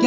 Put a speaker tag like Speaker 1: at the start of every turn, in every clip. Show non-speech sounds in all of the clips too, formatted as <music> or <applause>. Speaker 1: ギ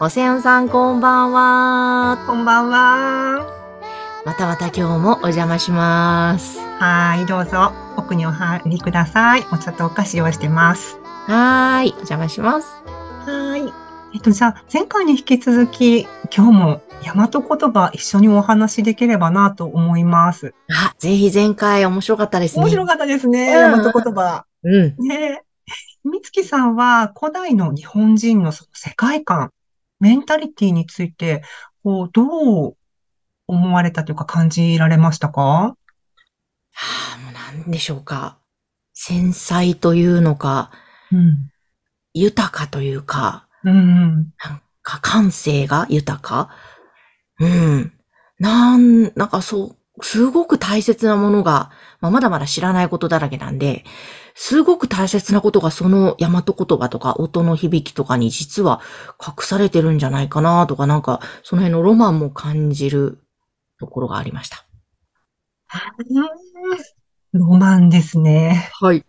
Speaker 2: オセアンさんこんばんは。
Speaker 1: こんばんは
Speaker 2: またまた今日もお邪魔します。
Speaker 1: はいどうぞ奥にお入りくださいお茶とお菓子用意してます
Speaker 2: はーい、お邪魔します。
Speaker 1: はいえっとじゃあ前回に引き続き今日も大和言葉一緒にお話しできればなと思います
Speaker 2: あ、ぜひ前回面白かったですね。
Speaker 1: 面白かったですね
Speaker 2: う
Speaker 1: 大
Speaker 2: ん
Speaker 1: 和言葉
Speaker 2: うん。
Speaker 1: ねえ美月さんは古代の日本人のその世界観メンタリティについてこうどう思われたというか感じられましたか
Speaker 2: はあ、もうなんでしょうか。繊細というのか、
Speaker 1: うん。
Speaker 2: 豊かというか、
Speaker 1: うん。
Speaker 2: なんか感性が豊かうん。なん、なんかそう、すごく大切なものが、まあ、まだまだ知らないことだらけなんで、すごく大切なことがその大和言葉とか音の響きとかに実は隠されてるんじゃないかなとか、なんかその辺のロマンも感じるところがありました。
Speaker 1: ロマンですね。
Speaker 2: はい。
Speaker 1: い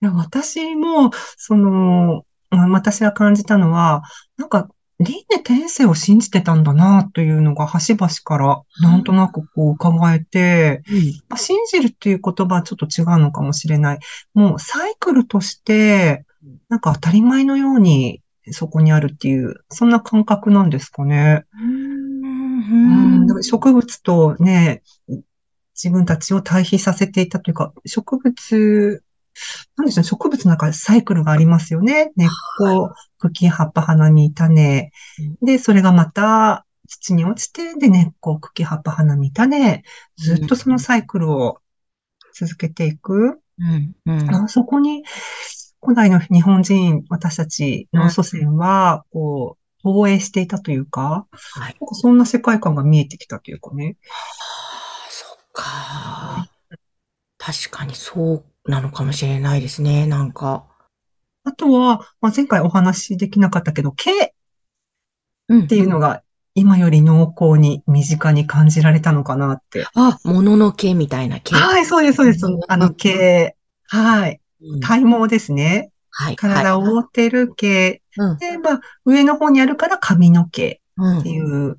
Speaker 1: や私も、その、うん私が感じたのは、なんか、輪廻転生を信じてたんだな、というのが、端々から、なんとなくこう、伺えて、まあ、信じるっていう言葉はちょっと違うのかもしれない。もう、サイクルとして、なんか当たり前のように、そこにあるっていう、そんな感覚なんですかね。うん、だから植物とね、自分たちを対比させていたというか、植物、なんでしょう、植物の中でサイクルがありますよね。根っこ、茎、葉っぱ、花見、種。で、それがまた土に落ちて、で、根っこ、茎、葉っぱ、花見、種。ずっとそのサイクルを続けていく。
Speaker 2: うんうん
Speaker 1: あそこに、古代の日本人、私たちの祖先は、こう、投影していたというか、
Speaker 2: はい
Speaker 1: なんかそんな世界観が見えてきたというかね。
Speaker 2: ああ、そっか。確かにそうなのかもしれないですね、なんか。
Speaker 1: あとは、まあ、前回お話しできなかったけど、毛っ
Speaker 2: うん。って
Speaker 1: いうの。が今より濃厚に身近に感じられたのかなって。
Speaker 2: あ、もののけみたいなけ。
Speaker 1: はい、そうです、そうです
Speaker 2: うん。
Speaker 1: あの毛。はい。
Speaker 2: うんはい。
Speaker 1: 体毛ですね。
Speaker 2: はい。
Speaker 1: 体を覆ってる毛。
Speaker 2: うん。
Speaker 1: で、まあ、上の方にあるから髪の毛
Speaker 2: うん
Speaker 1: っていう、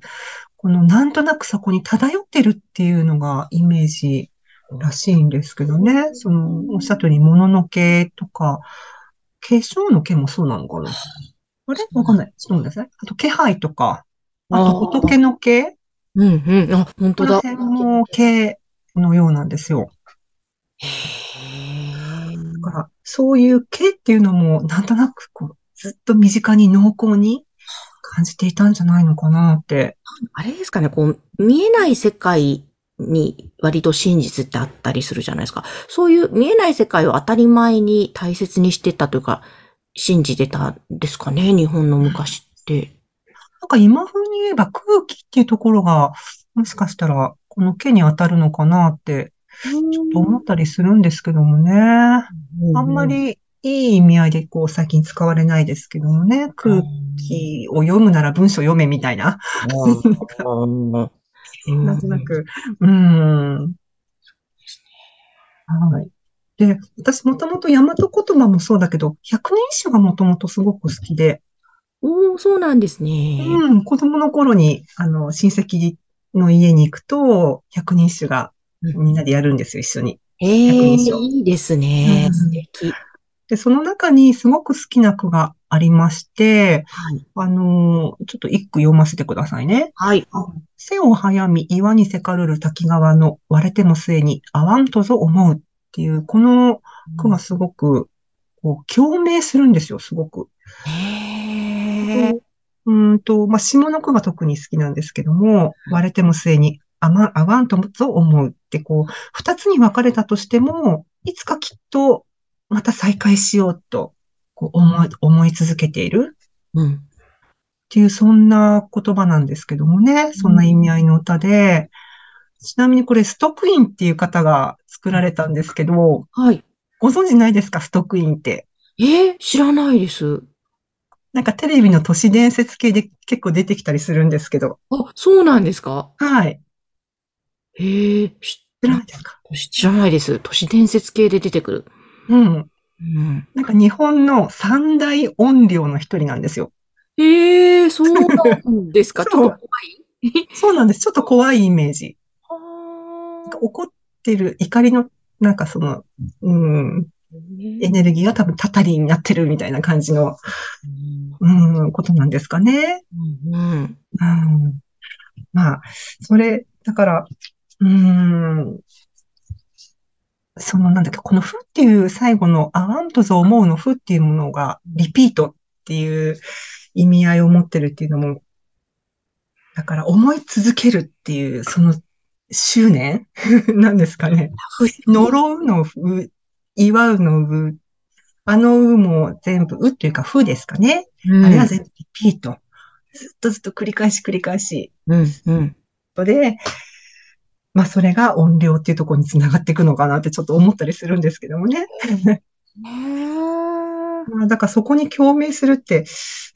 Speaker 1: このなんとなくそこに漂ってるっていうのがイメージらしいんですけどね。その、おっしゃったように、ものの毛とか、化粧の毛もそうなのかな。あれわかんない。ちょっとごめんなさい。あと、気配とか、あと、
Speaker 2: あー
Speaker 1: 仏の毛
Speaker 2: うんうん。あ、本
Speaker 1: こ
Speaker 2: 当
Speaker 1: の
Speaker 2: だ。
Speaker 1: 辺も毛のようなんですよ。
Speaker 2: へ
Speaker 1: だ
Speaker 2: え。
Speaker 1: から、そういう毛っていうのも、なんとなく、こう、ずっと身近に濃厚に感じていたんじゃないのかなって。
Speaker 2: あれですかね、こう、見えない世界に割と真実ってあったりするじゃないですか。そういう見えない世界を当たり前に大切にしてたというか、信じてたんですかね、日本の昔って。
Speaker 1: なんか今風に言えば空気っていうところが、もしかしたら、この毛に当たるのかなって思ったりするんですけどもね。あんまりいい意味合いで、こう、最近使われないですけどもね。空気を読むなら文章読めみたいな。
Speaker 2: な
Speaker 1: なんとな。く、うん。はい。で、私もともと大和言葉もそうだけど、百人一首がもともとすごく好きで、
Speaker 2: おお、そうなんですね。
Speaker 1: うん、子供の頃に、あの、親戚の家に行くと、百人一首が
Speaker 2: うん
Speaker 1: みんなでやるんですよ、一緒に。
Speaker 2: ええ
Speaker 1: 百人一首
Speaker 2: いいですね。
Speaker 1: うん
Speaker 2: 素敵。
Speaker 1: で、その中にすごく好きな句がありまして、
Speaker 2: はい。
Speaker 1: あの、ちょっと一句読ませてくださいね。
Speaker 2: はい。
Speaker 1: 背を早み岩にせかるる滝川の割れても末に合わんとぞ思うっていう、この句がすごく、こう、共鳴するんですよ、すごく。
Speaker 2: ええ
Speaker 1: うーんと、まあ、下の句が特に好きなんですけども、割れても末に合わん合わんとぞ思うって、こう、二つに分かれたとしても、いつかきっとまた再開しようと、こう思い、思い続けているっ
Speaker 2: うん。
Speaker 1: ていう、そんな言葉なんですけどもね、そんな意味合いの歌で、ちなみにこれ、ストックインっていう方が作られたんですけど、
Speaker 2: はい。
Speaker 1: ご存知ないですかストックインって。
Speaker 2: えー知らないです。
Speaker 1: なんかテレビの都市伝説系で結構出てきたりするんですけど。
Speaker 2: あ、そうなんですか
Speaker 1: はい。
Speaker 2: へえ、知
Speaker 1: 知らないですか
Speaker 2: 知らないです。都市伝説系で出てくる。
Speaker 1: うん。
Speaker 2: うん。
Speaker 1: なんか日本の三大怨霊の一人なんですよ。
Speaker 2: ええー、そうなんで
Speaker 1: <laughs>
Speaker 2: すかち
Speaker 1: そう
Speaker 2: ょっと怖い
Speaker 1: そうなんです。ちょっと怖いイメージ。
Speaker 2: あ
Speaker 1: なんか怒ってる怒りの、なんかその、うん、
Speaker 2: ー
Speaker 1: エネルギーが多分たたりになってるみたいな感じの、うん、ことなんですかね。
Speaker 2: うん。
Speaker 1: うん。まあ、それ、だから、うん、そのなんだっけ、このふっていう最後の、あわんとぞ思うのふっていうものが、リピートっていう意味合いを持ってるっていうのも、だから思い続けるっていう、その執念 <laughs> なんですかね。呪うのう、祝うのう、あのうも全部うっていうかふですかね。
Speaker 2: うん
Speaker 1: あれは全部リピート。ずっとずっと繰り返し繰り返し。
Speaker 2: うん、うん。
Speaker 1: で、まあそれが音量っていうところにつながっていくのかなってちょっと思ったりするんですけどもね。
Speaker 2: ね
Speaker 1: まあだからそこに共鳴するって、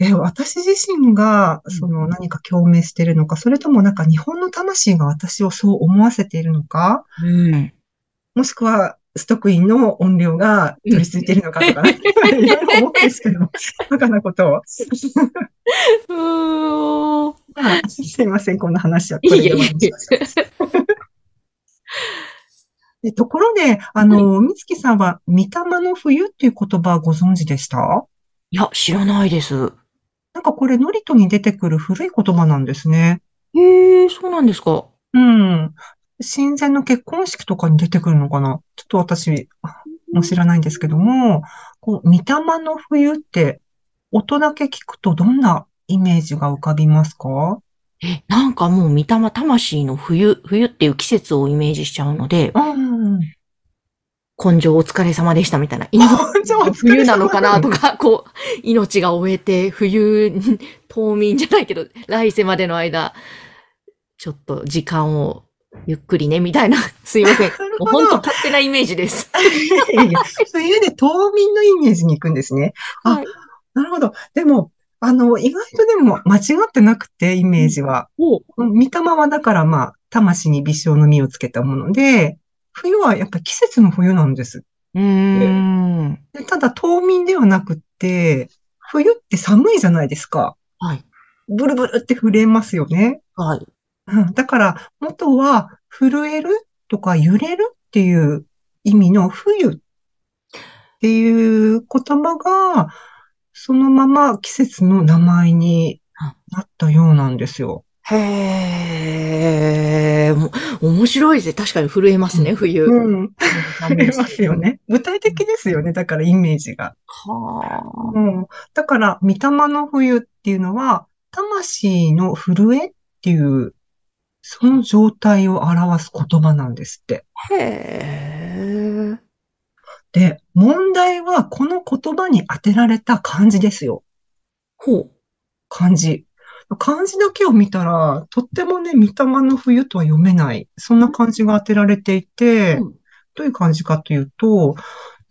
Speaker 1: え、私自身が
Speaker 2: うん
Speaker 1: その何か共鳴してるのか、それともなんか日本の魂が私をそう思わせているのか、
Speaker 2: え。うん。
Speaker 1: もしくは、ストックインの音量が取り付いてるのかとか、
Speaker 2: <laughs>
Speaker 1: いろいろ思ってるんですけど、バカなことを。
Speaker 2: う
Speaker 1: まあすいません、こんな話はこれ
Speaker 2: いい
Speaker 1: で
Speaker 2: え、
Speaker 1: 終
Speaker 2: い
Speaker 1: わ
Speaker 2: い
Speaker 1: りに
Speaker 2: え
Speaker 1: しま。した。でところで、あの、美月さんは、御霊の冬っていう言葉ご存知でした
Speaker 2: いや、知らないです。
Speaker 1: なんかこれ、ノリトに出てくる古い言葉なんですね。
Speaker 2: へえ、そうなんですか。
Speaker 1: うん。親善の結婚式とかに出てくるのかなちょっと私、もう知らないんですけども、こう、御霊の冬って、音だけ聞くとどんなイメージが浮かびますか
Speaker 2: え、なんかもう、見たま魂の冬、冬っていう季節をイメージしちゃうので、
Speaker 1: うん。
Speaker 2: 根性お疲れ様でしたみたい <laughs> な。命
Speaker 1: 情お疲れ様
Speaker 2: 冬なのかなとか、こう、命が終えて、冬に、冬眠じゃないけど、来世までの間、ちょっと時間をゆっくりね、み <laughs> たいな。すいません。も
Speaker 1: る
Speaker 2: う
Speaker 1: ほど
Speaker 2: 本当勝手なイメージです。
Speaker 1: いやいや冬で冬眠のイメージに行くんですね。あ
Speaker 2: はい、
Speaker 1: なるほど。でも、あの、意外とでも間違ってなくて、イメージは。
Speaker 2: お
Speaker 1: うん御霊はだからまあ、魂に微笑の実をつけたもので、冬はやっぱり季節の冬なんです。
Speaker 2: うーん。
Speaker 1: でただ冬眠ではなくって、冬って寒いじゃないですか。
Speaker 2: はい。
Speaker 1: ブルブルって震えますよね。
Speaker 2: はい。
Speaker 1: うん、だから、元は震えるとか揺れるっていう意味の冬っていう言葉が、そのまま季節の名前になったようなんですよ。
Speaker 2: へー。も面白いですね。確かに震えますね、冬。
Speaker 1: うん。
Speaker 2: 震
Speaker 1: 震えますよ。ね。具体的ですよね。だからイメージが。
Speaker 2: はあ。
Speaker 1: うん。だから、御霊の冬っていうのは、魂の震えっていう、その状態を表す言葉なんですって。
Speaker 2: へー。
Speaker 1: で、問題はこの言葉に当てられた漢字ですよ。
Speaker 2: ほう。
Speaker 1: 漢字。漢字だけを見たら、とってもね、御霊の冬とは読めない。そんな漢字が当てられていて、
Speaker 2: うん
Speaker 1: どういう漢字かというと、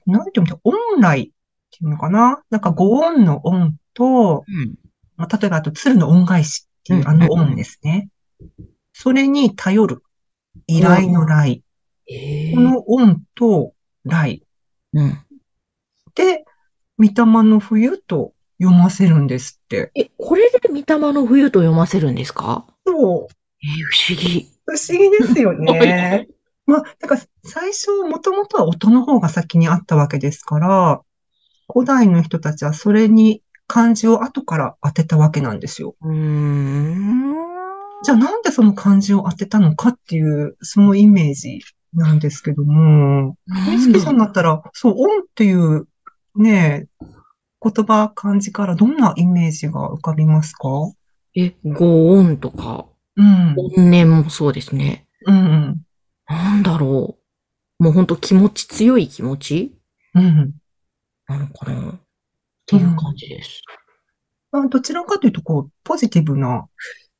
Speaker 1: なんて読むと、恩来っていうのかななんか、ご恩の恩と、
Speaker 2: うん。
Speaker 1: まあ、例えば、あと、鶴の恩返しっていう
Speaker 2: うん
Speaker 1: あの恩ですね。それに頼る。依頼の来。
Speaker 2: ええ
Speaker 1: この恩と来
Speaker 2: うん。
Speaker 1: で、御霊の冬と読ませるんですって。
Speaker 2: え、これで御霊の冬と読ませるんですか
Speaker 1: そう。
Speaker 2: えー不思議。
Speaker 1: 不思議ですよね。 <laughs> まあ、だから最初、もともとは音の方が先にあったわけですから、古代の人たちはそれに漢字を後から当てたわけなんですよ。
Speaker 2: うーん。
Speaker 1: じゃあなんでその漢字を当てたのかっていう、そのイメージなんですけども、美月さんだったら、そう、音っていうね、言葉、漢字からどんなイメージが浮かびますか
Speaker 2: え、ご音とか、
Speaker 1: うん。
Speaker 2: 怨念もそうですね。
Speaker 1: うん。
Speaker 2: なんだろう。もうほんと気持ち、強い気持ち
Speaker 1: うん。
Speaker 2: なのかなっていう感じです。
Speaker 1: まあ、どちらかというと、こう、ポジティブな、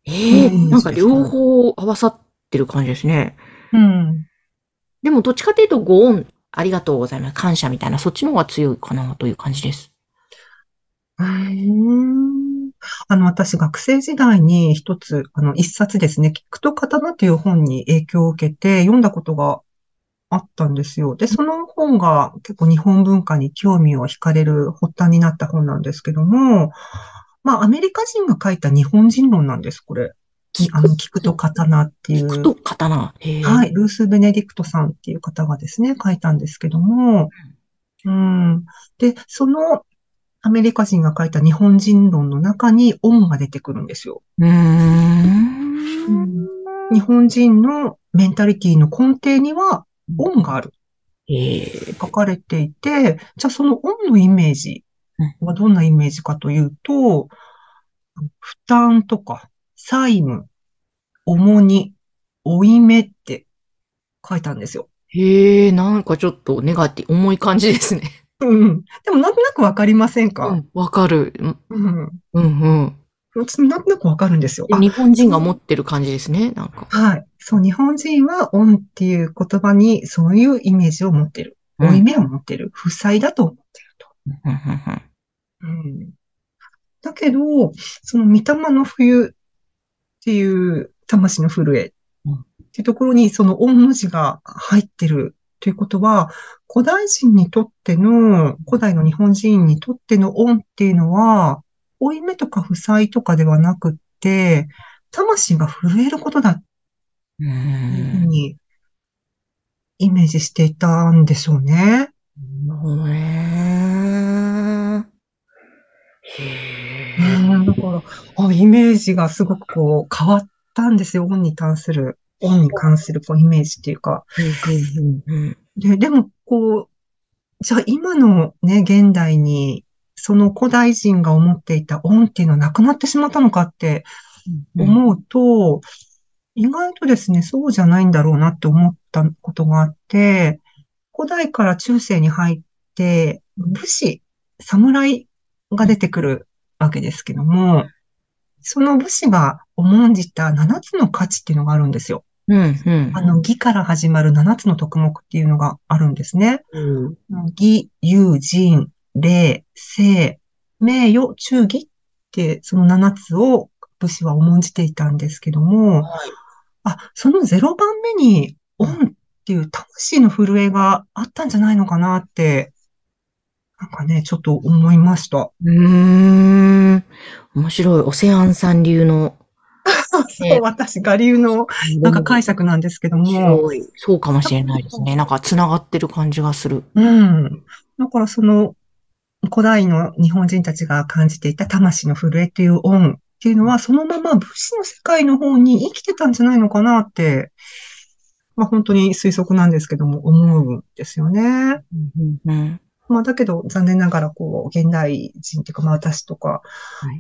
Speaker 2: ええ
Speaker 1: うん
Speaker 2: なんか両方合わさってる感じですね。
Speaker 1: うん。
Speaker 2: でもどっちかというとご恩、ありがとうございます、感謝みたいな、そっちの方が強いかなという感じです。
Speaker 1: あの、私、学生時代に一つ、あの、一冊ですね、聞くと刀という本に影響を受けて読んだことがあったんですよ。で、その本が結構日本文化に興味を惹かれる発端になった本なんですけども、まあ、アメリカ人が書いた日本人論なんです、これ。
Speaker 2: 聞
Speaker 1: あの、聞くと刀っていう。
Speaker 2: 聞くと刀。へえ
Speaker 1: はい、ルース・ベネディクトさんっていう方がですね、書いたんですけども、うん。で、そのアメリカ人が書いた日本人論の中に恩が出てくるんですよ。
Speaker 2: うー。
Speaker 1: うんん日本人のメンタリティの根底には恩がある
Speaker 2: ええ
Speaker 1: って書かれていて、じゃあその恩のイメージはどんなイメージかというと、負担とか債務、重荷、負い目って書いたんですよ。
Speaker 2: へえ、なんかちょっとネガティ、重い感じですね。
Speaker 1: うん。でもなんとなくわかりません
Speaker 2: う
Speaker 1: か
Speaker 2: ん、わかる。うん
Speaker 1: うん。
Speaker 2: うん
Speaker 1: 私もなんとなくわかるんですよ。
Speaker 2: うん。日本人が持ってる感じですね、なんか。
Speaker 1: あはい。そう、日本人は恩っていう言葉にそういうイメージを持ってる。負い目を持ってる。負債だと思ってると。
Speaker 2: うんうんうん
Speaker 1: うん。だけど、その、御霊の冬っていう魂の震え
Speaker 2: うん
Speaker 1: っていうところに、その恩の字が入ってるということは、古代人にとっての、古代の日本人にとっての恩っていうのは、負い目とか負債とかではなくって、魂が震えることだっ
Speaker 2: うん。
Speaker 1: ていう
Speaker 2: う
Speaker 1: んふうに、イメージしていたんでしょうね。
Speaker 2: なるほどね。
Speaker 1: う
Speaker 2: へ
Speaker 1: んだから、あ、イメージがすごくこう変わったんですよ。本に関する、本に関するこうイメージっていうか。
Speaker 2: え。
Speaker 1: で、でもこう、じゃあ今のね、現代に、その古代人が思っていた恩っていうのはなくなってしまったのかって
Speaker 2: うん
Speaker 1: 思うと、意外とですね、そうじゃないんだろうなって思ったことがあって、古代から中世に入って、武士、侍が出てくるわけですけども、その武士が重んじた7つの価値っていうのがあるんですよ。
Speaker 2: うんうん
Speaker 1: あの、義から始まる7つの徳目っていうのがあるんですね。嗯
Speaker 2: うん
Speaker 1: 義、友人、礼、性、名誉、忠義って、その7つを武士は重んじていたんですけども、
Speaker 2: はい
Speaker 1: あ、その0番目に、恩っていう魂の震えがあったんじゃないのかなって、なんかね、ちょっと思いました。
Speaker 2: うーん。面白い。オセアンさん流の。
Speaker 1: そう、 <laughs> 私、我流の、なんか解釈なんですけど
Speaker 2: 面
Speaker 1: も、
Speaker 2: 白い。そうかもしれないですね。なんか繋がってる感じがする。
Speaker 1: うん。だからその、古代の日本人たちが感じていた魂の震えという恩っていうのは、そのまま武士の世界の方に生きてたんじゃないのかなって、まあ本当に推測なんですけども、思うんですよね。
Speaker 2: うん。
Speaker 1: まあだけど、残念ながら、こう、現代人っていうか、まあ私とか、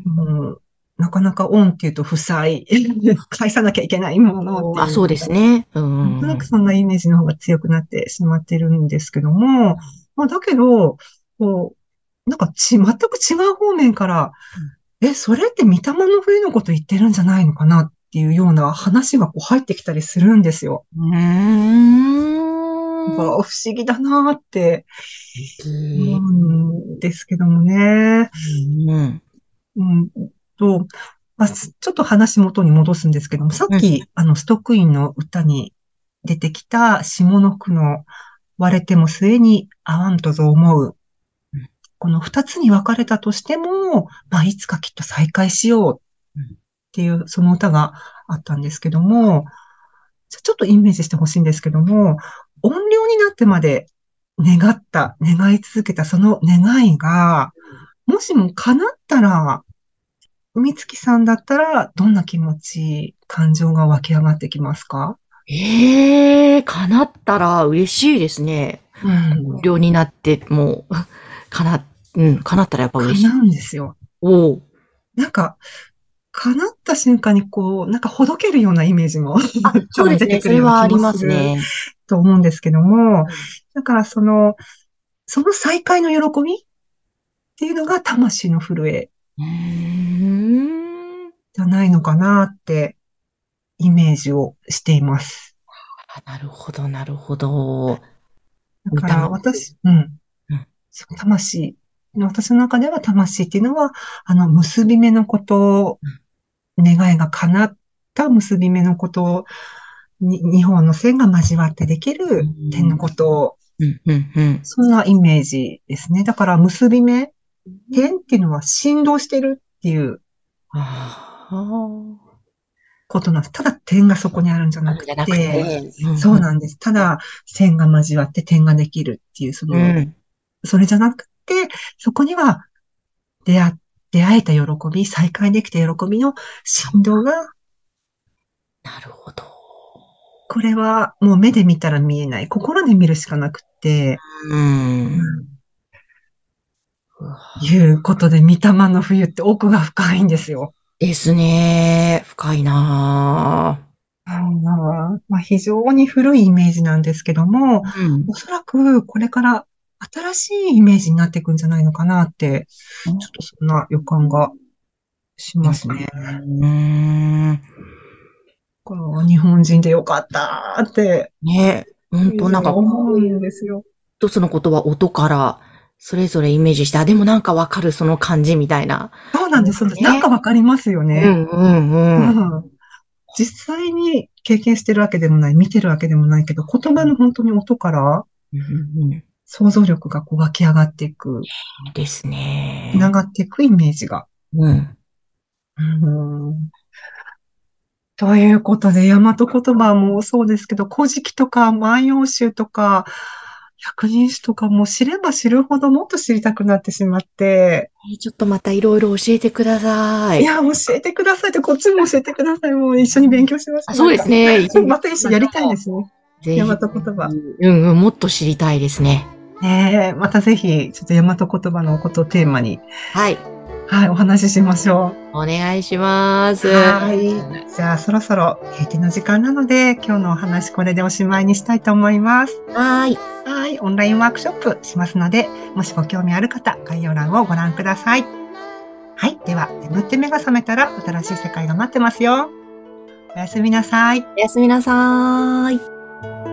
Speaker 1: もう、なかなか恩っていうと負債、 <laughs> 返さなきゃいけないものってい
Speaker 2: あ、そうですね。う
Speaker 1: なんと
Speaker 2: んうんう
Speaker 1: なんく。そんなイメージの方が強くなってしまってるんですけども、まあ、だけど、こう、なんかち、全く違う方面から、え、それって御霊の冬のこと言ってるんじゃないのかなっていうような話がこう入ってきたりするんですよ。
Speaker 2: うー
Speaker 1: だ
Speaker 2: ん
Speaker 1: から不思議だなーって思うんですけどもね。
Speaker 2: うん
Speaker 1: うんと、まあ、すちょっと話元に戻すんですけども、さっき、あの、ストックインの歌に出てきた下の句の割れても末に合わんとぞ思う
Speaker 2: うん。
Speaker 1: この二つに分かれたとしても、まあ、いつかきっと再会しようっていう、その歌があったんですけども、じゃあちょっとイメージしてほしいんですけども、怨霊になってまで願った、願い続けたその願いが、もしも叶ったら、美月さんだったら、どんな気持ち、感情が湧き上がってきますか
Speaker 2: ええ叶ったら嬉しいですね。
Speaker 1: うん。
Speaker 2: 無料になって、もう、叶っ、うん、叶ったらやっぱ嬉しい。
Speaker 1: 叶うんですよ。
Speaker 2: おう
Speaker 1: なんか、叶った瞬間にこう、なんかほどけるようなイメージ <laughs> も、
Speaker 2: あ、そうですね。それはありますね。
Speaker 1: と思うんですけども、だからその、その再会の喜びっていうのが魂の震え
Speaker 2: うーん。
Speaker 1: じゃないのかなってイメージをしています。
Speaker 2: あなるほど、なるほど。
Speaker 1: だから私、うん
Speaker 2: うん。
Speaker 1: そう魂。私の中では魂っていうのは、あの、結び目のこと、願いが叶った結び目のことに、二本の線が交わってできる点のこと、
Speaker 2: うん、うん、うん。
Speaker 1: そんなイメージですね。だから結び目、点っていうのは振動してるっていう
Speaker 2: ああ。
Speaker 1: ことなんです。ただ点がそこにあるんじゃなく
Speaker 2: じゃなくて。
Speaker 1: そうなんです。ただ、線が交わって点ができるっていう、その、
Speaker 2: うん。
Speaker 1: それじゃなくて、そこには、出会、出会えた喜び、再会できた喜びの振動が、
Speaker 2: なるほど。
Speaker 1: これはもう目で見たら見えない。心で見るしかなくって、
Speaker 2: うん。
Speaker 1: いうことで、御霊の冬って奥が深いんですよ。
Speaker 2: ですね。深いな
Speaker 1: まあ、非常に古いイメージなんですけども、
Speaker 2: ぁうん
Speaker 1: おそらくこれから新しいイメージになっていくんじゃないのかなって、ちょっとそんな予感がしますね。
Speaker 2: うん。
Speaker 1: この日本人でよかったーって、
Speaker 2: ね本当なんか、
Speaker 1: 思うんですよ。
Speaker 2: 一つのことは音から、それぞれイメージして、あ、でもなんかわかる、その感じみたいな。
Speaker 1: そうなんです。そうなんです
Speaker 2: ね
Speaker 1: なんかわかりますよ
Speaker 2: う
Speaker 1: ね。
Speaker 2: んうんうん。
Speaker 1: うん実際に経験してるわけでもない、見てるわけでもないけど、言葉の本当に音から
Speaker 2: うん
Speaker 1: 想像力がこう湧き上がっていく、
Speaker 2: ですね。
Speaker 1: 繋がっていくイメージが。
Speaker 2: うん。
Speaker 1: うんということで、大和言葉もそうですけど、古事記とか万葉集とか、百人種とかも知れば知るほどもっと知りたくなってしまって、
Speaker 2: ちょっとまたいろいろ教えてくださ
Speaker 1: い
Speaker 2: い。
Speaker 1: や、教えてくださいって、こっちも教えてください。もう一緒に勉強しましょ
Speaker 2: あそうですね。
Speaker 1: また一緒にやりたいですね。
Speaker 2: ぜひ
Speaker 1: 大和言葉。
Speaker 2: うんうん、もっと知りたいですね。
Speaker 1: ねえ、またぜひ、ちょっと大和言葉のことをテーマに、
Speaker 2: はい。
Speaker 1: はい、お話ししましょ
Speaker 2: お願いします。
Speaker 1: う。はい。じゃあ、そろそろ閉店の時間なので、今日のお話これでおしまいにしたいと思います。
Speaker 2: はい。
Speaker 1: はい、オンラインワークショップしますので、もしご興味ある方、概要欄をご覧ください。はい、では、眠って目が覚めたら、新しい世界が待ってますよ。おやすみなさい。
Speaker 2: おやすみなさーい。